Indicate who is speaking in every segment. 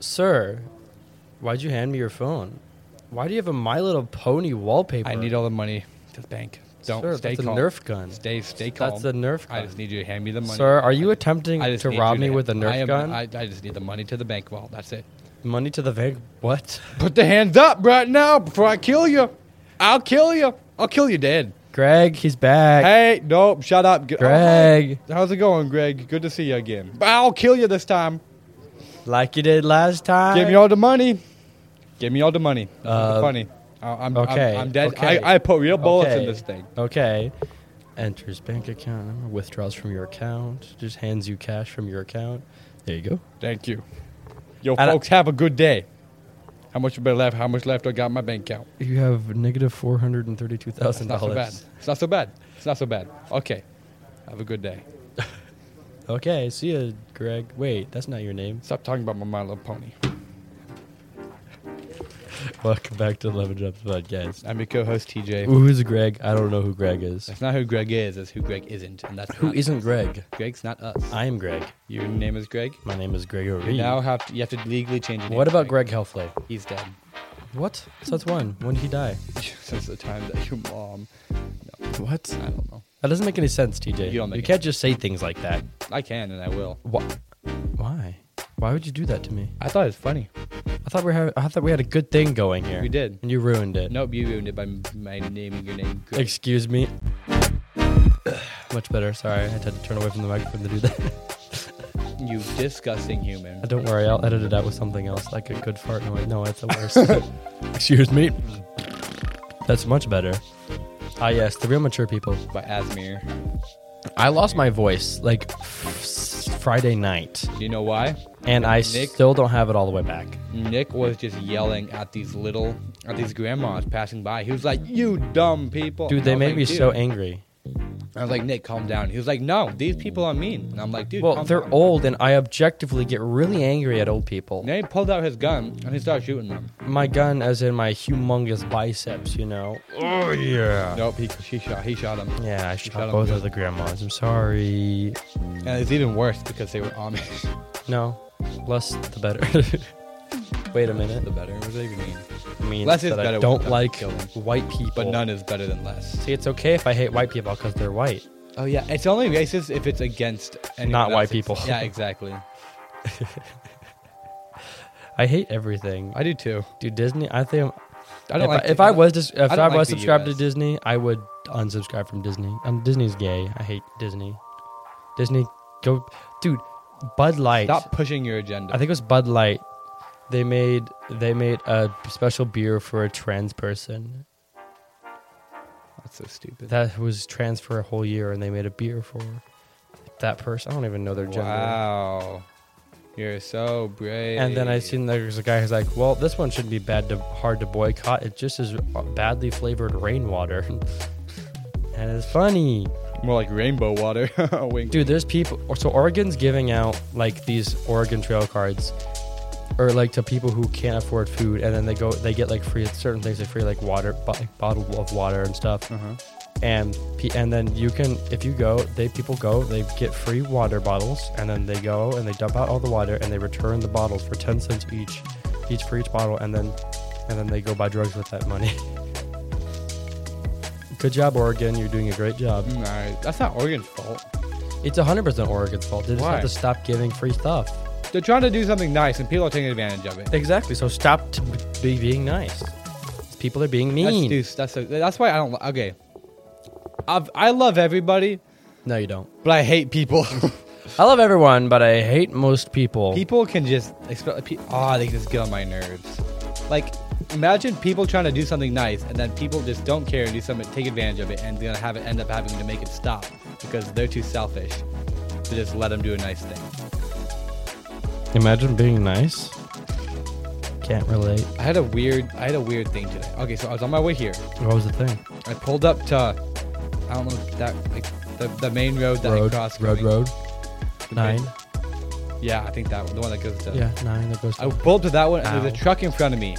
Speaker 1: Sir, why'd you hand me your phone? Why do you have a My Little Pony wallpaper?
Speaker 2: I need all the money to the bank. Don't
Speaker 1: Sir,
Speaker 2: stay
Speaker 1: that's
Speaker 2: calm.
Speaker 1: a Nerf gun.
Speaker 2: Stay, stay calm.
Speaker 1: That's a Nerf
Speaker 2: I
Speaker 1: gun.
Speaker 2: just need you to hand me the money.
Speaker 1: Sir, are you attempting
Speaker 2: I just
Speaker 1: to
Speaker 2: need
Speaker 1: rob
Speaker 2: you
Speaker 1: me with a Nerf
Speaker 2: I am-
Speaker 1: gun?
Speaker 2: I, I just need the money to the bank vault. That's it.
Speaker 1: Money to the bank? What?
Speaker 2: Put the hands up right now before I kill you. I'll kill you. I'll kill you dead.
Speaker 1: Greg, he's back.
Speaker 2: Hey, nope, shut up. G-
Speaker 1: Greg,
Speaker 2: Oh, how's it going, Greg? Good to see you again. I'll kill you this time.
Speaker 1: like you did last time.
Speaker 2: Give me all the money. Give me all the money. That's not
Speaker 1: Uh,
Speaker 2: funny. I- I'm,
Speaker 1: okay,
Speaker 2: I'm, I'm dead.
Speaker 1: okay.
Speaker 2: I, I put real bullets
Speaker 1: Okay.
Speaker 2: in this thing.
Speaker 1: Okay. Enters bank account number, withdraws from your account, just hands you cash from your account. There you go.
Speaker 2: Thank you. Yo,
Speaker 1: And I-
Speaker 2: folks, have a good day. How much you been left? How much left I got in my bank account?
Speaker 1: You have negative four hundred and thirty-two
Speaker 2: It's
Speaker 1: thousand
Speaker 2: not so bad.
Speaker 1: dollars.
Speaker 2: It's not so bad. It's not so bad. Okay. Have a good day.
Speaker 1: Okay, see ya, Greg. Wait, that's not your name.
Speaker 2: Stop talking about my My Little Pony.
Speaker 1: Welcome back to Eleven Jumps Podcast.
Speaker 2: I'm your co-host TJ.
Speaker 1: Who's Greg? I don't know who Greg is.
Speaker 2: That's not who Greg is. That's who Greg isn't, and that's
Speaker 1: Who
Speaker 2: not-
Speaker 1: isn't Greg?
Speaker 2: Greg's not us.
Speaker 1: I am Greg.
Speaker 2: Your name is Greg.
Speaker 1: My name is
Speaker 2: You
Speaker 1: Gregory.
Speaker 2: now have to, you have to legally change. Your name
Speaker 1: what
Speaker 2: to
Speaker 1: about Greg Helfley?
Speaker 2: He's dead
Speaker 1: What? So that's one. When did he die?
Speaker 2: since the time that your mom.
Speaker 1: What?
Speaker 2: I don't know.
Speaker 1: That doesn't make any sense, TJ.
Speaker 2: You don't make
Speaker 1: you
Speaker 2: it.
Speaker 1: can't just say things like that.
Speaker 2: I can and I will.
Speaker 1: What? Why? Why would you do that to me?
Speaker 2: I thought it was funny.
Speaker 1: I thought we had I thought we had a good thing going here.
Speaker 2: We did.
Speaker 1: And you ruined it.
Speaker 2: Nope, you ruined it by m- my naming your name. Greg.
Speaker 1: Excuse me. Much better. Sorry, I had to turn away from the microphone to do that.
Speaker 2: you disgusting human.
Speaker 1: Uh, Don't worry, I'll edit it out with something else, like a good fart noise. No, it's the worst. Excuse me. That's much better. Ah, yes, the real mature people.
Speaker 2: By Asmir.
Speaker 1: I lost my voice like f- Friday night,
Speaker 2: Do you know why?
Speaker 1: and I
Speaker 2: Nick?
Speaker 1: still don't have it all the way back.
Speaker 2: Nick was just yelling at these little, at these grandmas passing by. He was like, "You dumb people!"
Speaker 1: Dude, they
Speaker 2: I was
Speaker 1: made
Speaker 2: like,
Speaker 1: me
Speaker 2: "Dude."
Speaker 1: so angry.
Speaker 2: I was like, "Nick, calm down." He was like, "No, these people are mean." And I'm like, "Dude,
Speaker 1: Well,
Speaker 2: calm
Speaker 1: they're
Speaker 2: down."
Speaker 1: old, and I objectively get really angry at old people.
Speaker 2: Then he pulled out his gun and he started shooting them.
Speaker 1: My gun, as in my humongous biceps, you know. Oh yeah.
Speaker 2: Nope, he, she shot. He shot him.
Speaker 1: Yeah, I
Speaker 2: shot
Speaker 1: shot
Speaker 2: him
Speaker 1: both
Speaker 2: good.
Speaker 1: of the grandmas. I'm sorry.
Speaker 2: And it's even worse because they were Amish.
Speaker 1: No, less the better. Wait a minute.
Speaker 2: the better. What does that even mean?
Speaker 1: It means
Speaker 2: Less is
Speaker 1: that I
Speaker 2: better
Speaker 1: don't
Speaker 2: when it
Speaker 1: like
Speaker 2: doesn't kill
Speaker 1: white people.
Speaker 2: But none is better than less.
Speaker 1: See, it's okay if I hate white people because they're white.
Speaker 2: Oh yeah, it's only racist if it's against anyone
Speaker 1: Not white
Speaker 2: else. It's-
Speaker 1: people.
Speaker 2: Yeah, exactly.
Speaker 1: I hate everything. I
Speaker 2: I do too.
Speaker 1: do Disney. I think I'm,
Speaker 2: I don't
Speaker 1: if,
Speaker 2: like.
Speaker 1: I, if I was dis- if
Speaker 2: I
Speaker 1: I,
Speaker 2: don't like
Speaker 1: was
Speaker 2: the
Speaker 1: subscribed to
Speaker 2: US.
Speaker 1: Disney, I would unsubscribe from Disney. Um, Disney's gay. I hate Disney. Disney, go, dude. Bud Light.
Speaker 2: stop pushing your agenda.
Speaker 1: I think it was Bud Light. They made they made a special beer for a trans person.
Speaker 2: that's so stupid.
Speaker 1: that was trans for a whole year and they made a beer for that person. I don't even know their gender.
Speaker 2: wow, you're so brave.
Speaker 1: And then I seen there's a guy who's like, well, this one shouldn't be bad to hard to boycott. It just is badly flavored rainwater. and it's funny.
Speaker 2: more like rainbow water. Wink.
Speaker 1: Dude, there's people. So Oregon's giving out like these Oregon Trail cards. Or like to people who can't afford food, and then they go, they get like free certain things, like free like water, bo- like bottled of water and stuff.
Speaker 2: Uh-huh.
Speaker 1: and pe- and then you can if you go they people go they get free water bottles and then they go and they dump out all the water and they return the bottles for 10 cents each each for each bottle and then and then they go buy drugs with that money good job oregon you're doing a great job
Speaker 2: Mm, all right. that's not Oregon's fault.
Speaker 1: it's 100% oregon's fault they just
Speaker 2: Why?
Speaker 1: have to stop giving free stuff
Speaker 2: They're trying to do something nice, and people are taking advantage of it.
Speaker 1: exactly so stop t- be being nice people are being
Speaker 2: That's,
Speaker 1: mean
Speaker 2: dude, that's, so- that's why I don't. li- Okay, I've, I love everybody,
Speaker 1: no you don't
Speaker 2: but I hate people.
Speaker 1: i love everyone but i hate most people
Speaker 2: people can just expect. Pe- oh, they just get on my nerves. Like, imagine people trying to do something nice, and then people just don't care and do something, take advantage of it, and they're gonna have it end up having to make it stop because they're too selfish to just let them do a nice thing.
Speaker 1: imagine being nice can't relate
Speaker 2: I had a weird, I had a weird thing today. Okay, so I was on my way here.
Speaker 1: What was the thing?
Speaker 2: I pulled up to, I don't know that like the, the main road that I crossed.
Speaker 1: road,
Speaker 2: going-
Speaker 1: road.
Speaker 2: the main-
Speaker 1: Nine.
Speaker 2: Yeah, I think that one, the one that goes to.
Speaker 1: Yeah, nine. That goes.
Speaker 2: I pulled to that one, and
Speaker 1: Ow.
Speaker 2: there's a truck in front of me.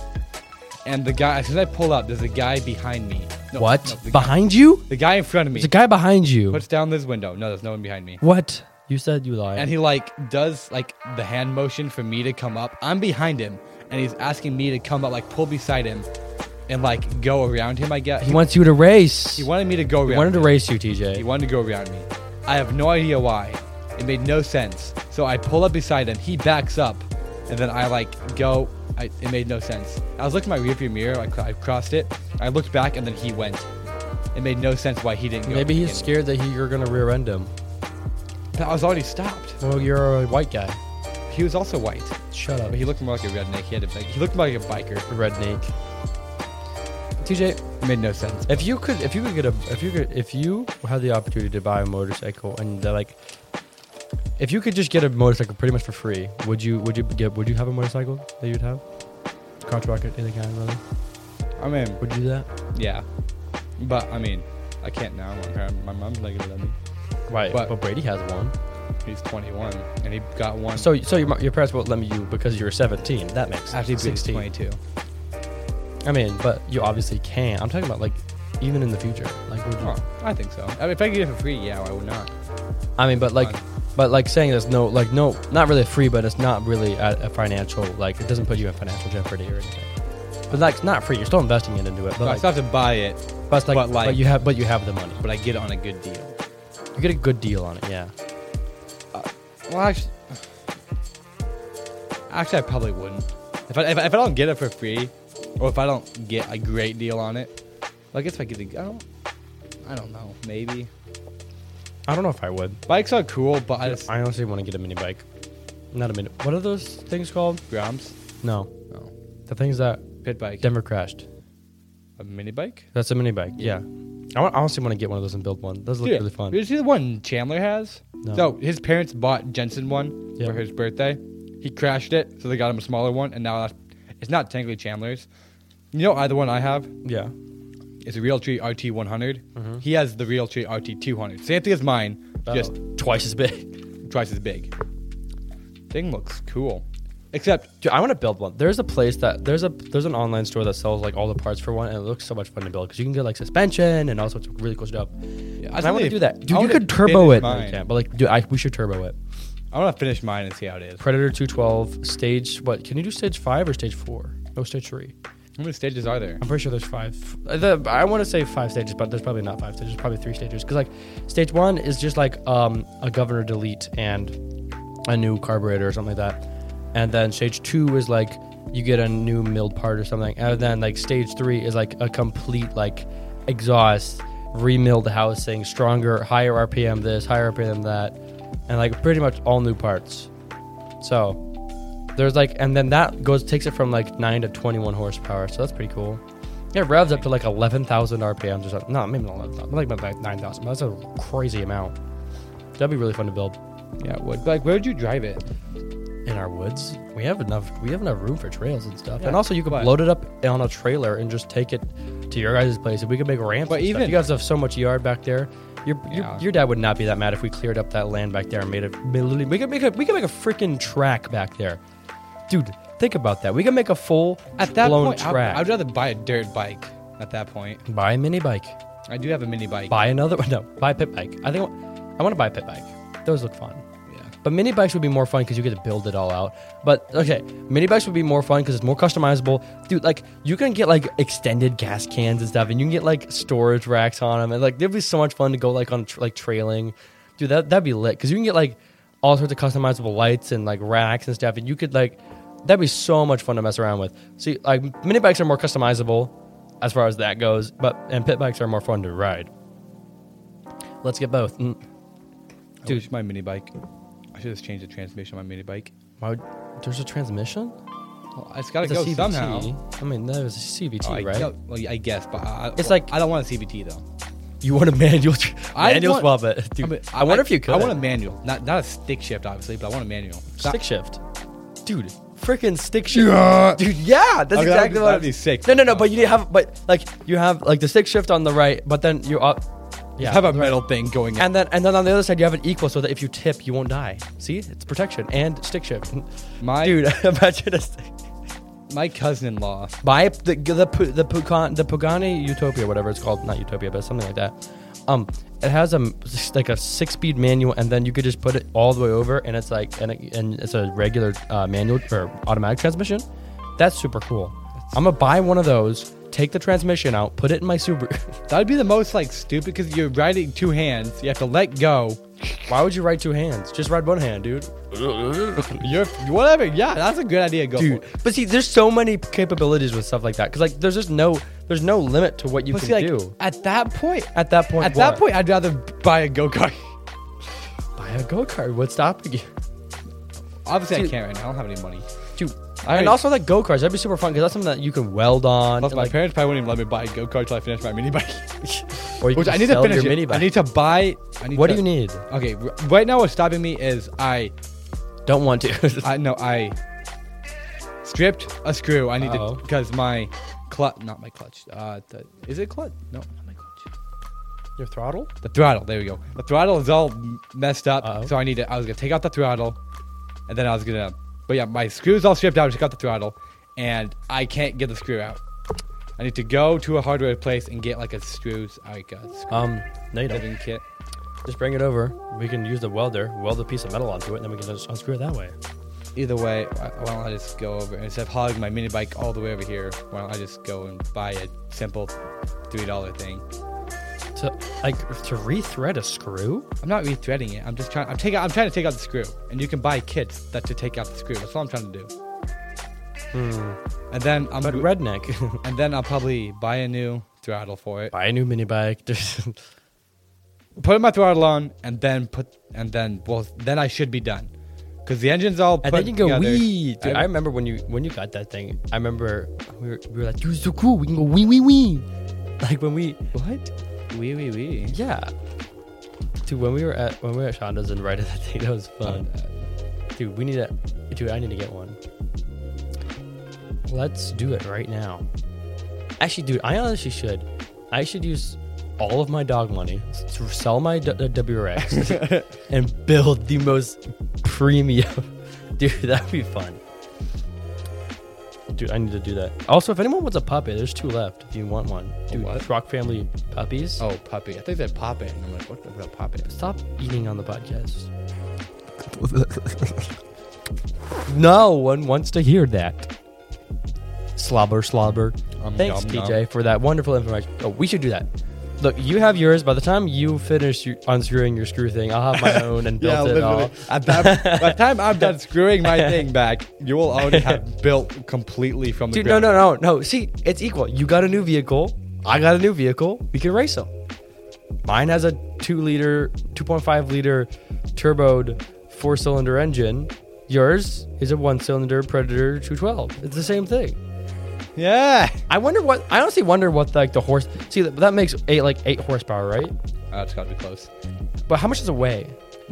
Speaker 2: And the guy, as soon as I pull up, there's a guy behind me. No,
Speaker 1: what?
Speaker 2: no, the, guy,
Speaker 1: behind you?
Speaker 2: the guy in front of me
Speaker 1: There's a guy behind you.
Speaker 2: puts down this window. No, there's no one behind me.
Speaker 1: What? You said you lied.
Speaker 2: and he like does like the hand motion for me to come up. I'm behind him, and he's asking me to come up, like pull beside him, and like go around him. I guess
Speaker 1: he wants you to race.
Speaker 2: he wanted me to go around.
Speaker 1: He wanted to
Speaker 2: him.
Speaker 1: race you, TJ.
Speaker 2: He wanted to go around me. I have no idea why. It made no sense. So I pull up beside him. He backs up, and then I like go. I, it made no sense. I was looking at my rearview mirror. I, cr- I crossed it. I looked back, and then he went. It made no sense why he didn't go.
Speaker 1: Maybe
Speaker 2: at the
Speaker 1: he's scared that he, you're gonna rear end him.
Speaker 2: beginning. I was already stopped.
Speaker 1: Well, you're a white guy.
Speaker 2: He was also white.
Speaker 1: Shut up.
Speaker 2: But he looked more like a redneck. He had a big, he looked more like a biker.
Speaker 1: redneck. TJ,
Speaker 2: It made no sense.
Speaker 1: if you could, if you could get a, if you could, if you had the opportunity to buy a motorcycle and they're like, if you could just get a motorcycle pretty much for free, would you, would you get, would you have a motorcycle that you'd have? Contract it in the kind, really?
Speaker 2: I mean,
Speaker 1: Would you do that?
Speaker 2: yeah, but I mean, I can't now. My- My mom's not gonna let me.
Speaker 1: Right, but,
Speaker 2: But-
Speaker 1: Brady has one.
Speaker 2: He's 21, and he got one.
Speaker 1: So, so your, mo- your parents won't let me you because you were 17. That makes
Speaker 2: actually, he's
Speaker 1: 16.
Speaker 2: 22.
Speaker 1: I mean, but you obviously can. I'm talking about like even in the future. Like, would you,
Speaker 2: Huh, Oh, I think so. I mean, if I could get it for free, yeah, why would not?
Speaker 1: I mean, but like,
Speaker 2: Fine.
Speaker 1: but like saying there's no, like, no, not really free, but it's not really a, a financial, like, it doesn't put you in financial jeopardy or anything. But like, it's not free. You're still investing it into it. But
Speaker 2: No, I
Speaker 1: like,
Speaker 2: still have to buy it,
Speaker 1: but, it's like,
Speaker 2: but, like-
Speaker 1: but you have, but you have the money.
Speaker 2: but I get it on a good deal.
Speaker 1: You get a good deal on it. Yeah.
Speaker 2: Well, actually, actually, I probably wouldn't. If I, if I if I don't get it for free, or if I don't get a great deal on it, well, I guess if I get the, I don't, I don't know, maybe.
Speaker 1: I don't know if I would.
Speaker 2: Bikes are cool, but I just
Speaker 1: I honestly want to get a mini bike. Not a mini. What are those things called?
Speaker 2: Grams.
Speaker 1: No,
Speaker 2: No.
Speaker 1: the things that
Speaker 2: Pit bike.
Speaker 1: Denver crashed.
Speaker 2: a mini bike.
Speaker 1: That's a mini bike. Yeah. I, want, I honestly want to get one of those and build one. Those look
Speaker 2: Dude,
Speaker 1: really fun.
Speaker 2: Did you see the one Chandler has?
Speaker 1: No.
Speaker 2: So his parents bought Jensen one
Speaker 1: Yeah.
Speaker 2: for his birthday. He crashed it, so they got him a smaller one, and now that's, it's not technically Chandler's. You know, either one I have
Speaker 1: Yeah.
Speaker 2: is a Realtree RT 100. He has the Realtree RT 200. Same thing as mine, just
Speaker 1: Mm-hmm. Oh, twice as big.
Speaker 2: twice as big. Thing looks cool, except
Speaker 1: Dude, I want to build one. There's a place that there's a there's an online store that sells like all the parts for one, and it looks so much fun to build because you can get like suspension and all sorts of really cool stuff.
Speaker 2: I,
Speaker 1: And I want to
Speaker 2: wanna-
Speaker 1: do that, dude.
Speaker 2: I
Speaker 1: you
Speaker 2: wanna
Speaker 1: could turbo
Speaker 2: finish
Speaker 1: it. No, you
Speaker 2: mine.
Speaker 1: can't, but like, dude, I, we should turbo it.
Speaker 2: I want to finish mine and see how it is.
Speaker 1: Predator 212 stage. What can you do? Stage five or stage four? No, stage three.
Speaker 2: How many stages are there?
Speaker 1: I'm pretty sure there's five. Uh, The, I want to say five stages, but there's probably not five stages. Probably three stages. Because like, stage one is just like um, a governor delete and a new carburetor or something like that, and then stage two is like you get a new milled part or something, and then like stage three is like a complete like exhaust, remilled housing, stronger, higher RPM this, higher RPM that, and like pretty much all new parts. So. There's like, and then that goes takes it from like nine to twenty-one horsepower, so that's pretty cool. Yeah, it revs up to like eleven thousand RPMs or something. No, maybe not eleven thousand, like about nine thousand. That's a crazy amount. That'd be really fun to build
Speaker 2: Yeah, it would. Like, where would you drive it?
Speaker 1: in our woods. We have enough. We have enough room for trails and stuff.
Speaker 2: Yeah,
Speaker 1: and also, you could
Speaker 2: but-
Speaker 1: load it up on a trailer and just take it to your guys' place. If we could make ramps,
Speaker 2: But
Speaker 1: and stuff.
Speaker 2: even-
Speaker 1: you guys have so much yard back there. Your,
Speaker 2: Yeah.
Speaker 1: your, your dad would not be that mad if we cleared up that land back there and made it. made literally- We could make a we could make a freaking track back there, dude. Think about that. We could make a full
Speaker 2: At that
Speaker 1: blown
Speaker 2: point, I-
Speaker 1: track.
Speaker 2: I'd rather buy a dirt bike. At that point,
Speaker 1: buy a mini bike.
Speaker 2: I do have a mini bike.
Speaker 1: Buy another one. No, buy a pit bike. I think I want to buy a pit bike. Those look fun.
Speaker 2: Yeah.
Speaker 1: But mini bikes would be more fun because you get to build it all out. But okay, mini bikes would be more fun because it's more customizable. Dude, like you can get like extended gas cans and stuff, and you can get like storage racks on them, and like it'd be so much fun to go like on tr like trailing. Dude, that that'd be lit because you can get like all sorts of customizable lights and like racks and stuff, and you could like that'd be so much fun to mess around with. See, like mini bikes are more customizable as far as that goes, but and pit bikes are more fun to ride. Let's get both. Mm.
Speaker 2: Dude, my mini bike. I should just change the transmission on my mini bike.
Speaker 1: Why would, there's a transmission?
Speaker 2: Well, it's got to
Speaker 1: It's a
Speaker 2: go
Speaker 1: CVT.
Speaker 2: somehow.
Speaker 1: I mean, that was a CVT,
Speaker 2: Oh, I,
Speaker 1: right?
Speaker 2: no, well, yeah, I guess, but I, I-
Speaker 1: It's like-
Speaker 2: I don't want a CVT though.
Speaker 1: You want a manual,
Speaker 2: I
Speaker 1: manual
Speaker 2: want-
Speaker 1: swap it, dude. I,
Speaker 2: mean,
Speaker 1: wonder if you could.
Speaker 2: I want a manual, not not a stick shift, obviously, but I want a manual.
Speaker 1: stick
Speaker 2: Not-
Speaker 1: shift, dude. Freaking stick shift,
Speaker 2: Yeah.
Speaker 1: dude. Yeah, that's
Speaker 2: Okay, that'd
Speaker 1: exactly
Speaker 2: be-
Speaker 1: what
Speaker 2: that'd be sick.
Speaker 1: No, no, no. But you have, but like you have like the stick shift on the right, but then you up. Yeah,
Speaker 2: have a metal thing going. in.
Speaker 1: and then and then on the other side you have an equal, so that if you tip, you won't die. See, it's protection and stick shift.
Speaker 2: My-
Speaker 1: dude, imagine a stick.
Speaker 2: my cousin-in-law.
Speaker 1: Buy the the the Pugan, the Pugani Utopia, whatever it's called, not Utopia, but something like that. Um, it has a m- like a six speed manual, and then you could just put it all the way over, and it's like and, it, and it's a regular uh, manual or automatic transmission. That's super cool. I'm gonna buy one of those, take the transmission out, put it in my Subaru.
Speaker 2: That'd be the most like stupid because you're riding two hands. You have to let go.
Speaker 1: Why would you ride two hands? Just ride one hand, dude.
Speaker 2: You're whatever. Yeah, that's a good idea. Go
Speaker 1: Dude,
Speaker 2: for it.
Speaker 1: but see, there's so many capabilities with stuff like that. Cause like, there's just no, there's no limit to what you
Speaker 2: But
Speaker 1: can
Speaker 2: see, like
Speaker 1: do.
Speaker 2: at that point,
Speaker 1: At that point,
Speaker 2: at that
Speaker 1: what?
Speaker 2: point, I'd rather buy a go kart.
Speaker 1: buy a go kart. What's stopping you?
Speaker 2: Obviously, I
Speaker 1: Dude.
Speaker 2: can't right now. I don't have any money.
Speaker 1: Dude,
Speaker 2: right.
Speaker 1: and also like go karts, that'd be super fun because that's something that you can weld on.
Speaker 2: Plus,
Speaker 1: and,
Speaker 2: my
Speaker 1: like,
Speaker 2: parents probably wouldn't even let me buy a go kart till I finish my mini bike.
Speaker 1: or you
Speaker 2: Which
Speaker 1: can
Speaker 2: I need to
Speaker 1: sell
Speaker 2: finish.
Speaker 1: your
Speaker 2: it.
Speaker 1: mini bike.
Speaker 2: I need to buy. I need
Speaker 1: what
Speaker 2: to-
Speaker 1: do you need?
Speaker 2: Okay, r- right now what's stopping me is I,
Speaker 1: Don't want to.
Speaker 2: I no I stripped a screw. I need
Speaker 1: Uh-oh.
Speaker 2: to because my clutch, not my clutch. Uh, the, is it clutch? No, not my clutch.
Speaker 1: Your throttle?
Speaker 2: The throttle. There we go. The throttle is all m- messed up,
Speaker 1: Uh-oh.
Speaker 2: so I need to. I was gonna take out the throttle, and then I was gonna. But yeah, my screw's all stripped out. I just got the throttle, and I can't get the screw out. I need to go to a hardware place and get like a screws, like a screw
Speaker 1: Um, no, you don't.
Speaker 2: fitting kit.
Speaker 1: Just bring it over. We can use the welder, weld a piece of metal onto it, and then we can just unscrew it that way.
Speaker 2: Either way, why why don't I just go over instead of hogging my mini bike all the way over here? Why don't I just go and buy a simple three dollar thing?
Speaker 1: To like to rethread a screw?
Speaker 2: I'm not rethreading it. I'm just trying. I'm taking. I'm trying to take out the screw, and you can buy kits that to take out the screw. That's all I'm trying to do. And then I'm
Speaker 1: Hmm. But redneck.
Speaker 2: and then I'll probably buy a new throttle for it.
Speaker 1: buy a new mini bike. Just-
Speaker 2: Put my throttle on, and then put and then well, then I should be done, because the engine's all.
Speaker 1: and
Speaker 2: put
Speaker 1: then you go
Speaker 2: together.
Speaker 1: wee. Dude, I,
Speaker 2: I-
Speaker 1: remember when you when you got that thing. I remember we were, we were like, "You're so cool. We can go wee wee wee." Like when we
Speaker 2: What? Wee wee wee.
Speaker 1: yeah. Dude, when we were at when we were at Shonda's and riding that thing, that was fun. Dude, we need to. Dude, I need to get one. Let's do it right now. Actually, dude, I honestly should. I should use all of my dog money to sell my d- uh, WRX and build the most premium. Dude, that'd be fun. Dude, I need to do that. Also, if anyone wants a puppy, there's two left. If you want one, dude,
Speaker 2: what?
Speaker 1: Rock Family puppies.
Speaker 2: Oh, puppy. I think they pop it. And I'm like, what the pop it?
Speaker 1: Stop eating on the podcast. no one wants to hear that. Slobber, slobber.
Speaker 2: Um,
Speaker 1: Thanks,
Speaker 2: nom, nom.
Speaker 1: TJ, for that wonderful information. Oh, we should do that. Look, you have yours. By the time you finish your, unscrewing your screw thing, I'll have my own and built it all.
Speaker 2: At that, by the time I'm done screwing my thing back, you will already have built completely from the
Speaker 1: Dude, no,
Speaker 2: ground.
Speaker 1: no, no, no. See, it's equal. You got a new vehicle. I got a new vehicle. We can race them. Mine has a two liter, 2.5 liter turboed four cylinder engine. Yours is a one cylinder Predator 212. It's the same thing.
Speaker 2: Yeah.
Speaker 1: I wonder what, I honestly wonder what like the horse, see, that, that makes eight, like eight horsepower, right?
Speaker 2: Oh, it's got to be close.
Speaker 1: But how much does it weigh?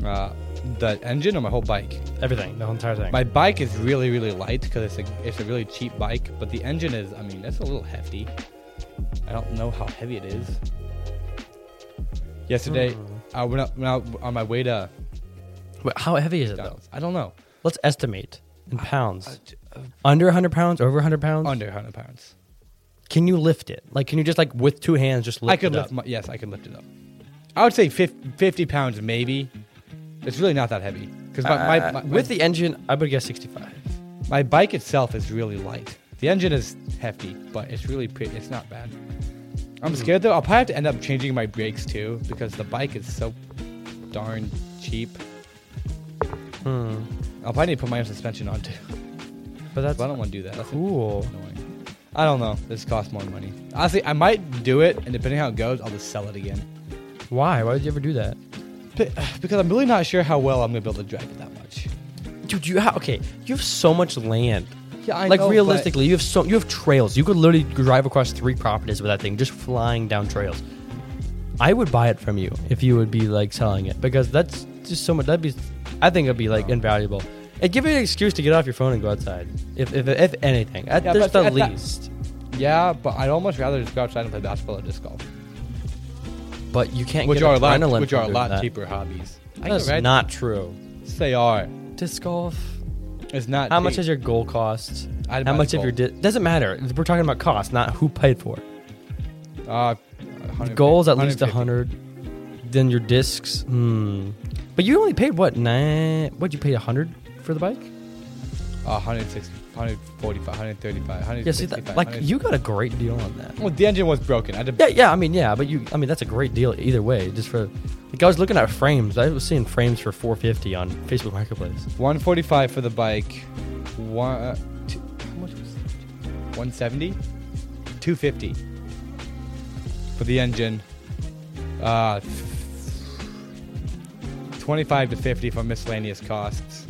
Speaker 2: Uh, the engine or my whole bike?
Speaker 1: Everything, the whole entire thing.
Speaker 2: My bike is really, really light because it's a, it's a really cheap bike, but the engine is, I mean, that's a little hefty. I don't know how heavy it is. Yesterday,
Speaker 1: Hmm.
Speaker 2: I went out, went out on my way to.
Speaker 1: Wait, how heavy is it though?
Speaker 2: I don't know.
Speaker 1: Let's estimate in pounds. Under 100 pounds, over 100 pounds?
Speaker 2: Under 100 pounds.
Speaker 1: Can you lift it? Like, can you just like with two hands just lift
Speaker 2: I could
Speaker 1: it
Speaker 2: lift
Speaker 1: up?
Speaker 2: my, yes, I could lift it up. I would say 50, 50 pounds maybe. It's really not that heavy because my, my, my,
Speaker 1: Uh, with the engine, I would guess 65.
Speaker 2: my bike itself is really light. The engine is hefty, but it's really pretty. It's not bad. I'm
Speaker 1: Hmm.
Speaker 2: scared though. I'll probably have to end up changing my brakes too because the bike is so darn cheap.
Speaker 1: Hmm.
Speaker 2: I'll probably need to put my own suspension on too.
Speaker 1: But that's
Speaker 2: But I don't want to do that. That's
Speaker 1: cool.
Speaker 2: annoying. I don't know. This costs more money. Honestly, I might do it, and depending how it goes, I'll just sell it again.
Speaker 1: Why? Why would you ever do that?
Speaker 2: But- Because I'm really not sure how well I'm gonna be able to drive it that much.
Speaker 1: Dude, you have okay. You have so much land.
Speaker 2: Yeah, I
Speaker 1: like
Speaker 2: know, but-
Speaker 1: realistically, you have so you have trails. You could literally drive across three properties with that thing, just flying down trails. I would buy it from you if you would be like selling it because that's just so much. That'd be, I think it'd be like invaluable. It give you an excuse to get off your phone and go outside, if if, if anything, at
Speaker 2: Yeah,
Speaker 1: just
Speaker 2: but
Speaker 1: the
Speaker 2: at that-
Speaker 1: least.
Speaker 2: Yeah, but I'd almost rather just go outside and play basketball or disc golf,
Speaker 1: But you can't
Speaker 2: which
Speaker 1: get
Speaker 2: are a lot,
Speaker 1: adrenaline
Speaker 2: which
Speaker 1: from
Speaker 2: are a
Speaker 1: doing
Speaker 2: lot
Speaker 1: that.
Speaker 2: cheaper hobbies. I
Speaker 1: That's
Speaker 2: know, right?
Speaker 1: not true.
Speaker 2: Yes, they are.
Speaker 1: Disc golf.
Speaker 2: It's not.
Speaker 1: How much
Speaker 2: cheap.
Speaker 1: does your goal cost?
Speaker 2: I'd
Speaker 1: How
Speaker 2: buy
Speaker 1: much
Speaker 2: the
Speaker 1: of your
Speaker 2: goal.
Speaker 1: di- doesn't matter. We're talking about cost, not who paid for. it.
Speaker 2: uh,
Speaker 1: The goal is at least a
Speaker 2: hundred?
Speaker 1: hundred. then your discs. Hmm. But you only paid what? Nine? What you paid a hundred for the bike?
Speaker 2: Uh, 160, 145, 135,
Speaker 1: Yeah. See, that,
Speaker 2: 165,
Speaker 1: like
Speaker 2: 100
Speaker 1: you got a great deal on that.
Speaker 2: Well, the engine was broken. I had to
Speaker 1: Yeah, yeah. I mean, yeah, but you. I mean, that's a great deal either way. Just for like I was looking at frames. I was seeing frames for 450 on Facebook Marketplace.
Speaker 2: 145 for the bike. One, uh, two, how much was it? 170? 250 for the engine. Uh, 25 to 50 for miscellaneous costs.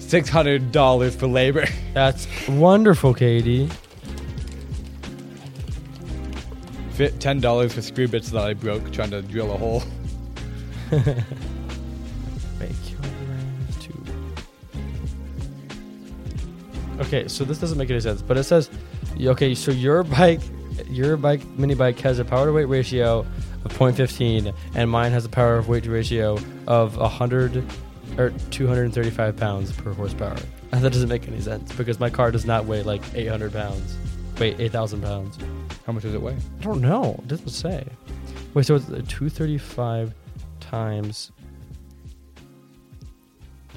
Speaker 2: $600 for labor.
Speaker 1: That's wonderful, Katie.
Speaker 2: Fi- $10 for screw bits that I broke trying to drill a hole.
Speaker 1: Make your rounds to- Okay, so this doesn't make any sense, but it says, y- okay, so your bike, your bike mini bike has a power to weight ratio of 0.15, and mine has a power of weight ratio of 100 or 235 pounds per horsepower. And that doesn't make any sense because my car does not weigh like 800 pounds. Wait, 8,000 pounds.
Speaker 2: How much does it weigh?
Speaker 1: I don't know. It doesn't say. Wait, so it's uh, 235 times.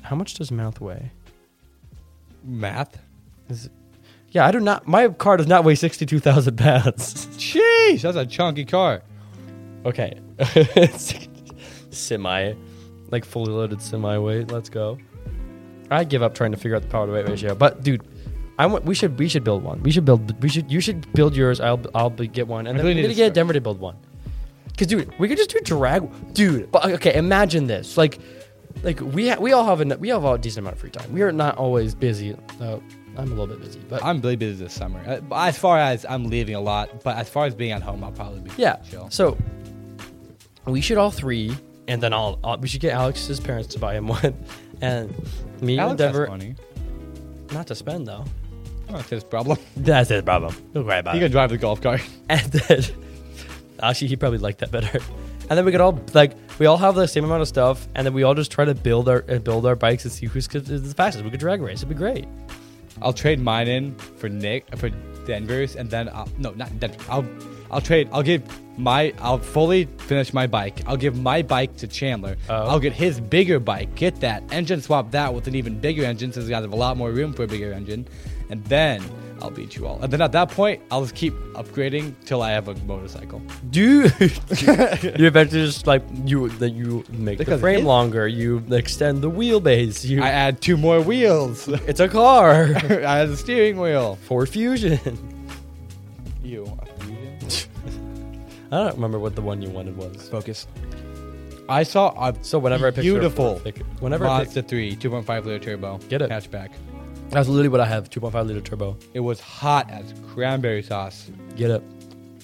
Speaker 1: How much does mouth weigh?
Speaker 2: Math?
Speaker 1: Is it... Yeah, I do not. My car does not weigh 62,000 pounds.
Speaker 2: Jeez, that's a chunky car.
Speaker 1: okay. semi. Like fully loaded semi weight. Let's go. I give up trying to figure out the power to weight ratio. But, dude. I want, we should we should build one. We should build we should you should build yours. I'll I'll be, get one, and
Speaker 2: I
Speaker 1: then
Speaker 2: really
Speaker 1: we
Speaker 2: need
Speaker 1: need
Speaker 2: to
Speaker 1: to get
Speaker 2: start.
Speaker 1: Denver to build one. Cause dude, we could just do drag, dude. But okay, imagine this. Like, like we ha- we all have a we have a decent amount of free time. We are not always busy. Uh, I'm a little bit busy, but
Speaker 2: I'm really busy this summer. Uh, but As far as I'm leaving a lot, but as far as being at home, I'll probably be
Speaker 1: yeah.
Speaker 2: chill.
Speaker 1: So we should all three, and then I'll, I'll we should get Alex's parents to buy him one, and me and
Speaker 2: Alex has
Speaker 1: Denver
Speaker 2: money.
Speaker 1: not to spend though.
Speaker 2: I don't have his problem.
Speaker 1: That's his problem. Don't worry about
Speaker 2: He can drive the golf cart.
Speaker 1: and then actually he probably liked that better and then we could all like we all have the same amount of stuff and then we all just try to build our uh, build our bikes and see who's c- is the fastest we could drag race it'd be great
Speaker 2: I'll trade mine in for Nick for Denver's, and then I'll, no, not Denver. I'll I'll trade. I'll give my. I'll fully finish my bike. I'll give my bike to Chandler.
Speaker 1: Oh.
Speaker 2: I'll get his bigger bike. Get that engine. Swap that with an even bigger engine, since we have a lot more room for a bigger engine. And then I'll beat you all. And then at that point, I'll just keep upgrading till I have a motorcycle.
Speaker 1: dude you eventually just like you that you make the
Speaker 2: Because
Speaker 1: frame
Speaker 2: it-
Speaker 1: longer you extend the wheelbase you
Speaker 2: I add two more wheels.
Speaker 1: it's a car
Speaker 2: I had a steering wheel.
Speaker 1: ford fusion
Speaker 2: You.
Speaker 1: i don't remember what the one you wanted was
Speaker 2: Focus. I saw a
Speaker 1: so whenever i picture a
Speaker 2: beautiful
Speaker 1: Ford, like, whenever I, pic-
Speaker 2: Mazda 3 2.5 liter turbo.
Speaker 1: Get it.
Speaker 2: Hatchback.
Speaker 1: that's literally what i have 2.5 liter turbo
Speaker 2: It was hot as cranberry sauce.
Speaker 1: get it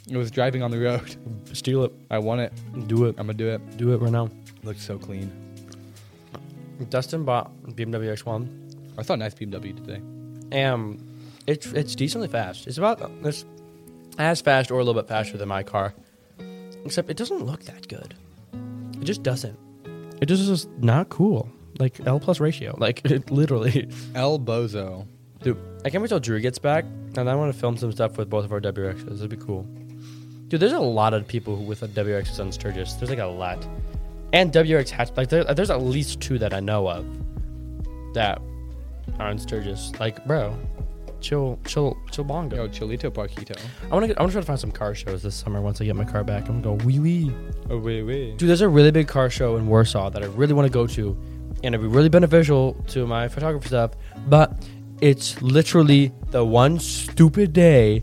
Speaker 2: It was driving on the road.
Speaker 1: steal it
Speaker 2: I want it.
Speaker 1: do it
Speaker 2: I'm gonna do it.
Speaker 1: do it right now
Speaker 2: Looks so clean.
Speaker 1: Dustin bought BMW X1,
Speaker 2: I saw a nice BMW today.
Speaker 1: and it's it's decently fast. It's about it's as fast or a little bit faster than my car, except it doesn't look that good. It just doesn't. It just is not cool. Like L plus ratio. Like it literally.
Speaker 2: El Bozo.
Speaker 1: Dude, I can't wait till Drew gets back, and I want to film some stuff with both of our WXs. It'd be cool. Dude, there's a lot of people who, with a WXs on Sturgis. There's like a lot, and WX hatch. Like there, there's at least two that I know of that are on Sturgis. Like, bro, chill, chill, chill, bongo.
Speaker 2: Yo, Chilito Parquito.
Speaker 1: I want to, I want to try to find some car shows this summer once I get my car back. I'm gonna go wee wee.
Speaker 2: Oh, wait, wait.
Speaker 1: Dude, there's a really big car show in Warsaw that I really want to go to, and it'd be really beneficial to my photography stuff. But it's literally the one stupid day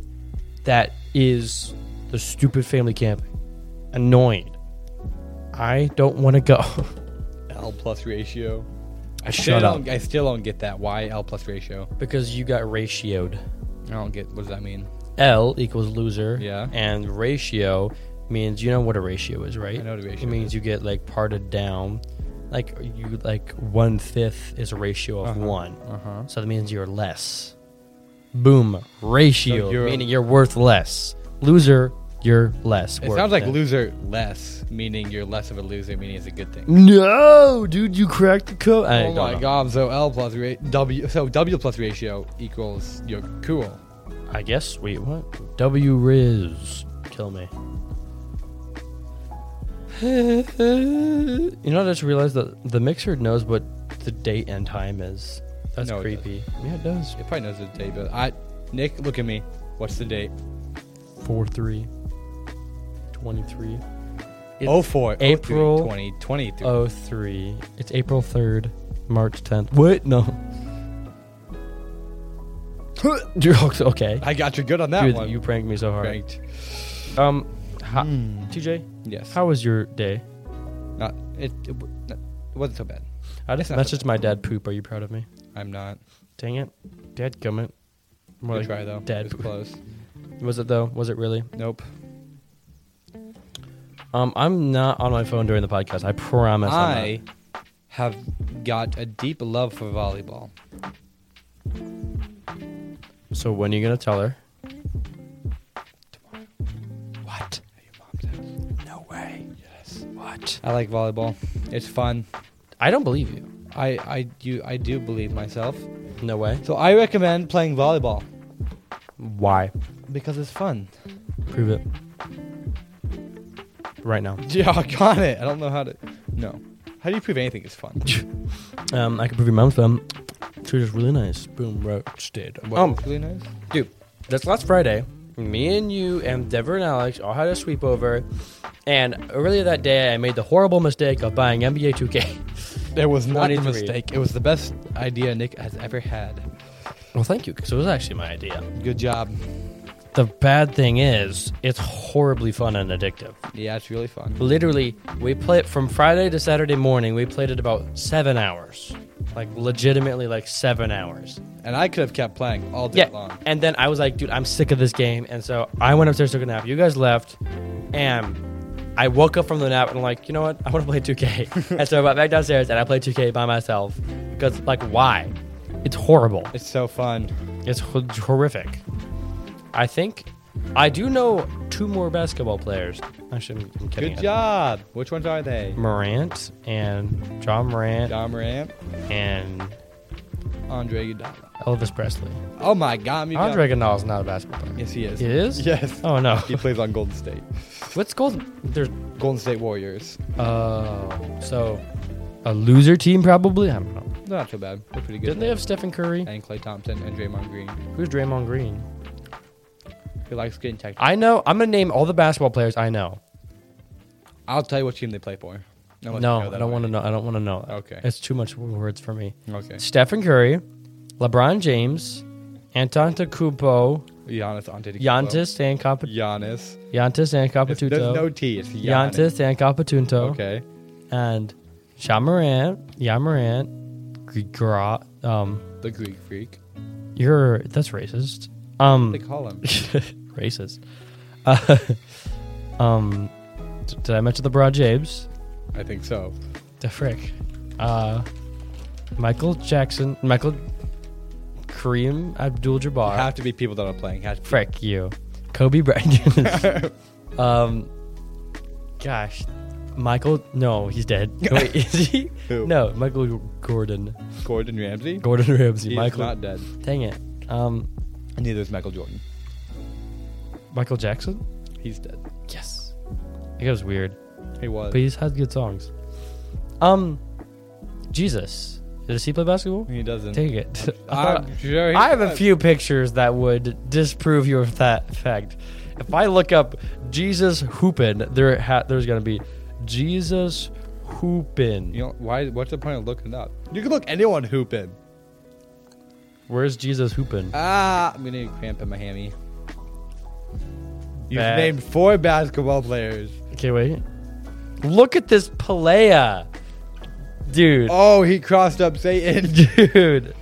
Speaker 1: that is the stupid family camping. Annoying. I don't want to go.
Speaker 2: L plus ratio.
Speaker 1: I
Speaker 2: Still
Speaker 1: shut up
Speaker 2: don't, I still don't get that. Why L plus ratio?
Speaker 1: because you got ratioed.
Speaker 2: I don't get what does that mean?
Speaker 1: L equals loser.
Speaker 2: Yeah.
Speaker 1: And ratio means you know what a ratio is, right?
Speaker 2: I know what a ratio
Speaker 1: It means
Speaker 2: is.
Speaker 1: you get like parted down. Like you like one fifth is a ratio of one.
Speaker 2: Uh-huh.
Speaker 1: So that means you're less. Boom. Ratio
Speaker 2: So you're-
Speaker 1: meaning you're worth less. Loser, you're less.
Speaker 2: It
Speaker 1: worth
Speaker 2: sounds like
Speaker 1: than-
Speaker 2: loser less, meaning you're less of a loser, meaning it's a good thing.
Speaker 1: No, dude, you cracked the code. I
Speaker 2: Oh
Speaker 1: don't
Speaker 2: my
Speaker 1: know.
Speaker 2: god! So L plus ra- W, so W plus ratio equals you're cool.
Speaker 1: I guess. Wait, what? W Riz. Kill me. you know, I just realized that the mixer knows what the date and time is. That's
Speaker 2: No, it
Speaker 1: creepy. yeah, it does.
Speaker 2: It probably knows the date, but I, Nick, look at me. What's the date?
Speaker 1: 4 3 23 It's
Speaker 2: Oh four,
Speaker 1: April-
Speaker 2: 20, 23.
Speaker 1: Oh. 03. It's April 3rd, March 10th. What? No. Jokes, okay.
Speaker 2: I got you good on that
Speaker 1: Dude,
Speaker 2: one.
Speaker 1: you pranked me so hard.
Speaker 2: ranked.
Speaker 1: Um, ha-
Speaker 2: Mm.
Speaker 1: TJ,
Speaker 2: Yes.
Speaker 1: how was your day?
Speaker 2: Not, it, it, w- not- it wasn't so bad.
Speaker 1: I just
Speaker 2: It's not so
Speaker 1: messaged my dad poop. Are you proud of me?
Speaker 2: I'm not.
Speaker 1: Dang it. Dad gummit. More
Speaker 2: Good
Speaker 1: like
Speaker 2: try though.
Speaker 1: Dad
Speaker 2: it was
Speaker 1: poop.
Speaker 2: close.
Speaker 1: Was it though? Was it really?
Speaker 2: Nope.
Speaker 1: Um, I'm not on my phone during the podcast. I promise. I'm
Speaker 2: I have got a deep love for volleyball.
Speaker 1: not. So when are you gonna tell her?
Speaker 2: Tomorrow
Speaker 1: What?
Speaker 2: at your mom's house.
Speaker 1: No way.
Speaker 2: Yes.
Speaker 1: What?
Speaker 2: I like volleyball. It's fun.
Speaker 1: I don't believe you.
Speaker 2: I I do I do believe myself.
Speaker 1: No way.
Speaker 2: So I recommend playing volleyball
Speaker 1: Why?
Speaker 2: because it's fun.
Speaker 1: Prove it. Right now.
Speaker 2: Yeah, I got it. I don't know how to. No. How do you prove anything is fun?
Speaker 1: Um, I can prove your mom's phone. She was really nice. Boom, roasted. Um,
Speaker 2: really nice.
Speaker 1: dude, this last Friday, me and you and Dever and Alex all had a sleepover, and earlier that day I made the horrible mistake of buying NBA 2K.
Speaker 2: It was
Speaker 1: not
Speaker 2: not
Speaker 1: a
Speaker 2: a
Speaker 1: 23.
Speaker 2: mistake. It was the best idea Nick has ever had.
Speaker 1: well, thank you, because it was actually my idea.
Speaker 2: Good job.
Speaker 1: The bad thing is, it's horribly fun and addictive.
Speaker 2: Yeah, it's really fun.
Speaker 1: Literally, we play it from Friday to Saturday morning. We played it about seven hours, like legitimately, like seven hours.
Speaker 2: And I could have kept playing all day
Speaker 1: Yeah.
Speaker 2: long.
Speaker 1: And then I was like, dude, I'm sick of this game. And so I went upstairs, took a nap. You guys left. And I woke up from the nap and I'm like, you know what? I want to play 2K. and so I went back downstairs and I played 2K by myself. Because, like, why? It's horrible.
Speaker 2: It's so fun.
Speaker 1: It's ho- horrific. I think I do know two more basketball players. I shouldn't. I'm kidding.
Speaker 2: Good job. Which ones are they?
Speaker 1: Morant and John Morant
Speaker 2: John Morant,
Speaker 1: and
Speaker 2: Andre Iguodala.
Speaker 1: Elvis Presley.
Speaker 2: Oh my God, Miguel.
Speaker 1: Andre Iguodala is not a basketball player.
Speaker 2: Yes, he is.
Speaker 1: He is?
Speaker 2: Yes.
Speaker 1: Oh no.
Speaker 2: He plays on Golden State.
Speaker 1: What's Golden? There's
Speaker 2: Golden State Warriors.
Speaker 1: Oh, so a loser team probably. I don't know.
Speaker 2: They're not too bad. They're pretty good.
Speaker 1: Didn't they have Stephen Curry?
Speaker 2: And Clay Thompson and Draymond Green.
Speaker 1: Who's Draymond Green?
Speaker 2: He likes getting technical.
Speaker 1: I know. I'm gonna name all the basketball players I know.
Speaker 2: I'll tell you what team they play for. Unless
Speaker 1: no,
Speaker 2: you know
Speaker 1: I
Speaker 2: that
Speaker 1: don't want to
Speaker 2: already.
Speaker 1: know. I don't want to know.
Speaker 2: Okay. Oh,
Speaker 1: it's too much words for me.
Speaker 2: Okay.
Speaker 1: Stephen Curry, LeBron James, Anton Takupo,
Speaker 2: Giannis Antetokounmpo.
Speaker 1: Giannis Antetokounmpo,
Speaker 2: Giannis.
Speaker 1: Giannis
Speaker 2: It's- There's no
Speaker 1: Antetokounmpo,
Speaker 2: T. It's Giannis.
Speaker 1: Giannis Antetokounmpo,
Speaker 2: Okay.
Speaker 1: and Shamarant, Yamarant, G- Gra. Um,
Speaker 2: The Greek freak.
Speaker 1: you're that's racist. Um,
Speaker 2: They call him.
Speaker 1: racist. Uh, um, d- did I mention LeBron James?
Speaker 2: I think so.
Speaker 1: The frick. Uh, Michael Jackson, Michael Kareem Abdul-Jabbar.
Speaker 2: Have to be people that are playing. Have to be-
Speaker 1: frick you, Kobe Bryant. um, gosh, Michael. No, he's dead. Wait, is he?
Speaker 2: Who?
Speaker 1: No, Michael G- Gordon.
Speaker 2: Gordon Ramsay.
Speaker 1: Gordon Ramsay.
Speaker 2: He's
Speaker 1: Michael.
Speaker 2: not dead.
Speaker 1: Dang it. Um,
Speaker 2: Neither is Michael Jordan.
Speaker 1: Michael Jackson.
Speaker 2: He's dead.
Speaker 1: Yes. It was weird.
Speaker 2: He was.
Speaker 1: But he just has good songs. Um, Jesus, does he play basketball?
Speaker 2: he doesn't.
Speaker 1: Take it.
Speaker 2: I'm sure he
Speaker 1: I have a
Speaker 2: does.
Speaker 1: few pictures that would disprove your that fact. If I look up Jesus hoopin, there ha- there's gonna be Jesus hoopin.
Speaker 2: You know why? What's the point of looking it up? You can look anyone hooping.
Speaker 1: Where's Jesus hoopin?
Speaker 2: Ah, I'm gonna get cramp in my hammy. You've
Speaker 1: Bad.
Speaker 2: named four basketball players.
Speaker 1: Okay, wait. Look at this Pelea, dude.
Speaker 2: Oh, he crossed up Satan.
Speaker 1: Dude,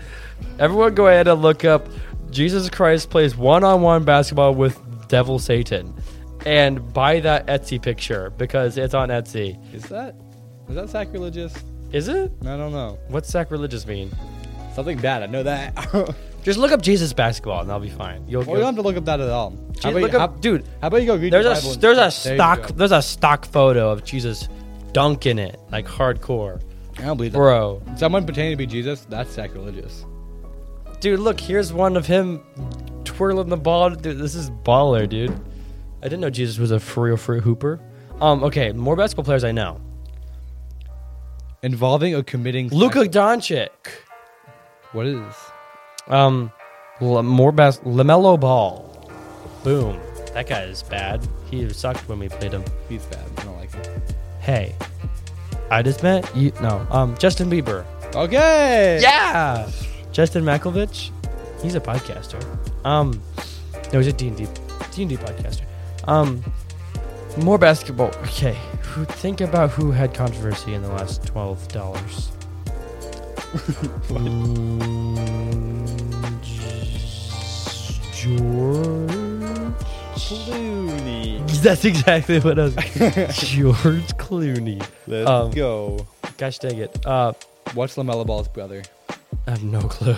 Speaker 1: everyone go ahead and look up Jesus Christ plays one on one basketball with Devil Satan and buy that Etsy picture because it's on Etsy.
Speaker 2: Is that is that sacrilegious?
Speaker 1: Is it?
Speaker 2: I don't know.
Speaker 1: What's sacrilegious mean?
Speaker 2: Something bad. I know that. well,
Speaker 1: Just look up Jesus basketball and I'll be fine. You'll,
Speaker 2: you don't have to look up that at all. How
Speaker 1: Just
Speaker 2: about,
Speaker 1: look
Speaker 2: you,
Speaker 1: up-
Speaker 2: how,
Speaker 1: dude,
Speaker 2: how about you go read
Speaker 1: there's
Speaker 2: your Bible
Speaker 1: a
Speaker 2: and-
Speaker 1: there's a
Speaker 2: There you
Speaker 1: stock
Speaker 2: go.
Speaker 1: there's a stock photo of Jesus dunking it like hardcore,
Speaker 2: I don't believe that.
Speaker 1: bro.
Speaker 2: Someone pretending to be Jesus. That's sacrilegious.
Speaker 1: Dude, look, here's one of him twirling the ball. Dude, this is baller, dude. I didn't know Jesus was a free free hooper. Um, okay, more basketball players I know.
Speaker 2: Involving or committing.
Speaker 1: Luka
Speaker 2: sexual-
Speaker 1: Doncic.
Speaker 2: What is?
Speaker 1: Um, L- more bas- Lamelo Ball. Boom. That guy is bad. He sucked when we played him.
Speaker 2: He's bad. I don't like him.
Speaker 1: Hey, I just met you. No, um, Justin Bieber.
Speaker 2: Okay.
Speaker 1: Yeah, Justin Makovich. He's a podcaster. Um, no, he's a D and D D and D podcaster. Um, more basketball. Okay, who think about who had controversy in the last twelve dollars? George.
Speaker 2: Clooney.
Speaker 1: That's exactly what I was. George Clooney.
Speaker 2: Let's
Speaker 1: Um,
Speaker 2: go.
Speaker 1: Gosh dang it. Uh,
Speaker 2: What's Lamella Ball's brother?
Speaker 1: I have no clue.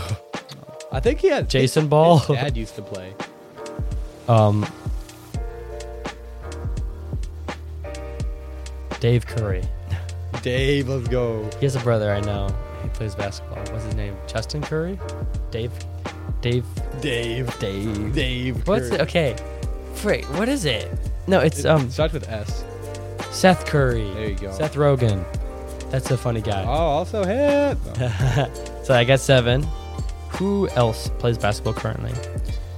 Speaker 2: I think he had
Speaker 1: Jason Ball.
Speaker 2: His dad used to play.
Speaker 1: Um, Dave Curry.
Speaker 2: Dave, let's go.
Speaker 1: He has a brother I know. He plays basketball. What's his name? Justin Curry? Dave. Dave.
Speaker 2: Dave.
Speaker 1: Dave.
Speaker 2: Dave.
Speaker 1: What's
Speaker 2: Curry.
Speaker 1: it? Okay. Wait, what is it? No, it's
Speaker 2: It
Speaker 1: um
Speaker 2: starts with S.
Speaker 1: Seth Curry.
Speaker 2: There you go.
Speaker 1: Seth Rogen. That's a funny
Speaker 2: Oh,
Speaker 1: guy.
Speaker 2: also hit. No.
Speaker 1: so I got seven. Who else plays basketball currently?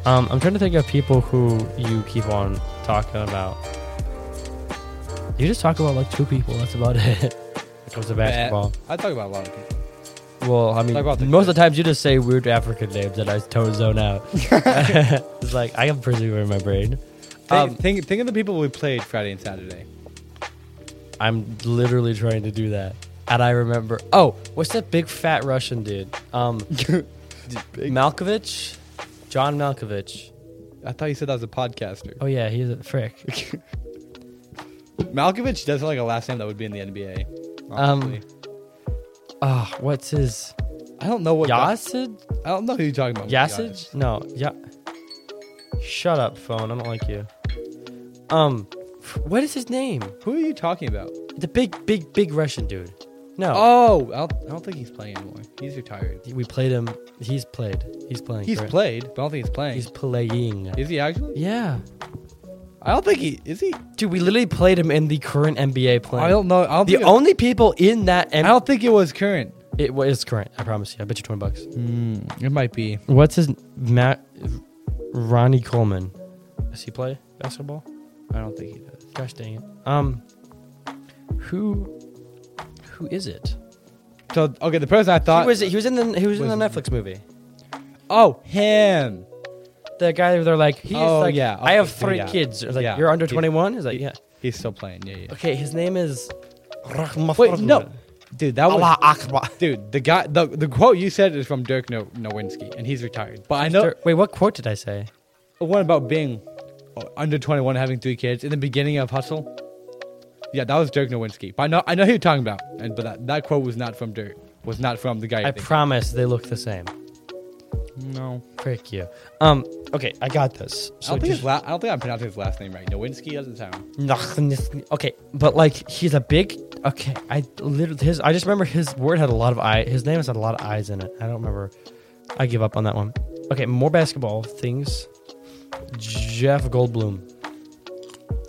Speaker 1: Um, I'm trying to think of people who you keep on talking about. You just talk about like two people. That's about it. When it comes to basketball.
Speaker 2: I talk about a lot of people.
Speaker 1: Well, I mean,
Speaker 2: Talk about the
Speaker 1: most of
Speaker 2: Clippers.
Speaker 1: the times you just say weird African names and I totally zone out. it's like I am persevere in my brain.
Speaker 2: Think,
Speaker 1: Um,
Speaker 2: think, think of the people we played Friday and Saturday.
Speaker 1: I'm literally trying to do that, and I remember. Oh, what's that big fat Russian dude? Um, Malkovich, John Malkovich.
Speaker 2: I thought you said that was a podcaster.
Speaker 1: Oh yeah, he's a frick.
Speaker 2: Malkovich does sound like a last name that would be in the NBA.
Speaker 1: Oh. Um,
Speaker 2: honestly.
Speaker 1: Ah, what's his
Speaker 2: I don't know what.
Speaker 1: Yasid?
Speaker 2: I don't know who you're talking about. to be honest.
Speaker 1: Yasid? No, yeah. Shut up, phone. I don't like you. Um, f- what is his name?
Speaker 2: Who are you talking about?
Speaker 1: The big, big, big Russian dude. No,
Speaker 2: Oh, I don't, I don't think he's playing anymore. He's retired.
Speaker 1: we played him. He's played. He's playing.
Speaker 2: Oh. He's
Speaker 1: correct?
Speaker 2: played, but I don't think he's playing.
Speaker 1: He's playing.
Speaker 2: is he actually?
Speaker 1: Yeah,
Speaker 2: I don't think he is. He?
Speaker 1: dude. We literally played him in the current NBA play.
Speaker 2: I don't know. I don't
Speaker 1: The
Speaker 2: think it-
Speaker 1: only people in that
Speaker 2: I
Speaker 1: and
Speaker 2: don't think it was current. Hmm,
Speaker 1: it was current. I promise you. I bet you twenty bucks.
Speaker 2: it might be.
Speaker 1: What's his Matt Ronnie Coleman? Does he play basketball?
Speaker 2: I don't think he does.
Speaker 1: Gosh dang it. Um, who, who is it?
Speaker 2: So okay, the person I thought
Speaker 1: he was he was in the he was in the
Speaker 2: Uh, was-
Speaker 1: Netflix movie.
Speaker 2: Oh, him.
Speaker 1: The guy they're like he's
Speaker 2: Oh,
Speaker 1: like
Speaker 2: yeah,
Speaker 1: I have
Speaker 2: okay,
Speaker 1: three
Speaker 2: yeah.
Speaker 1: kids. It's like
Speaker 2: Yeah.
Speaker 1: you're under
Speaker 2: He-
Speaker 1: twenty one. Is like yeah.
Speaker 2: He's still playing. Yeah, yeah.
Speaker 1: Okay, his name is.
Speaker 2: Wait, no, dude, that was
Speaker 1: Allah Akbar.
Speaker 2: dude. The guy, the, the quote you said is from Dirk no- Nowinski, and he's retired. But I know
Speaker 1: Wait, what quote did I say?
Speaker 2: one about being uh, under twenty one, having three kids in the beginning of Hustle. Yeah, that was Dirk Nowinski. But I know, I know who you're talking about. And but that, that quote was not from Dirk. Was not from the guy. you're
Speaker 1: I
Speaker 2: thinking.
Speaker 1: promise they look the same.
Speaker 2: no.
Speaker 1: Frick you. Um. Okay, I got this.
Speaker 2: I don't, think his la- I don't think I'm pronouncing his last name right. Nowinski doesn't sound.
Speaker 1: Nachnisni- Okay, but like he's a big. Okay, I literally his. I just remember his word had a lot of i. His name has had a lot of eyes in it. I don't remember. I give up on that one. Okay, more basketball things. Jeff Goldblum.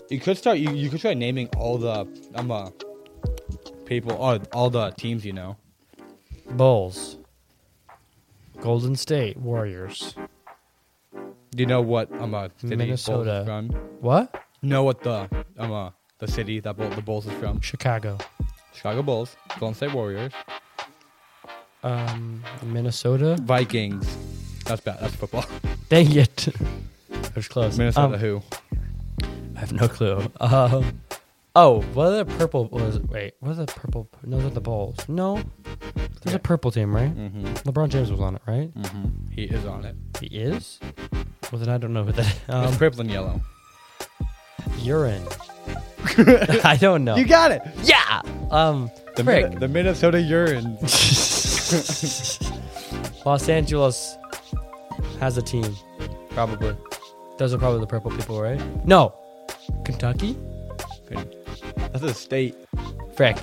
Speaker 2: You could start. You, you could try naming all the um, uh, people, all, all the teams you know.
Speaker 1: Bulls. Golden State Warriors.
Speaker 2: Do you know what um uh, city
Speaker 1: Minnesota.
Speaker 2: Bulls is from?
Speaker 1: What?
Speaker 2: Know what the um uh, the city that Bull, the Bulls is from?
Speaker 1: Chicago.
Speaker 2: Chicago Bulls, Golden State Warriors,
Speaker 1: Um, Minnesota.
Speaker 2: Vikings. That's bad. That's football.
Speaker 1: Dang it. I was close.
Speaker 2: Minnesota
Speaker 1: Um,
Speaker 2: who?
Speaker 1: I have no clue. Um, oh, what are the purple was? Wait, what are the purple? No, they're the Bulls. No, there's
Speaker 2: Yeah.
Speaker 1: a purple team, right?
Speaker 2: Mm-hmm.
Speaker 1: LeBron James was on it, right?
Speaker 2: Mm-hmm. He is on it.
Speaker 1: He is. Well, then I don't know who that.
Speaker 2: Um,
Speaker 1: Um,
Speaker 2: purple and yellow.
Speaker 1: urine. I don't know.
Speaker 2: You got it.
Speaker 1: yeah. Um,
Speaker 2: The,
Speaker 1: frick.
Speaker 2: Min- the Minnesota urine.
Speaker 1: Los Angeles has a team, probably. Those are probably the purple people, right? No, Kentucky.
Speaker 2: That's a state.
Speaker 1: Frick.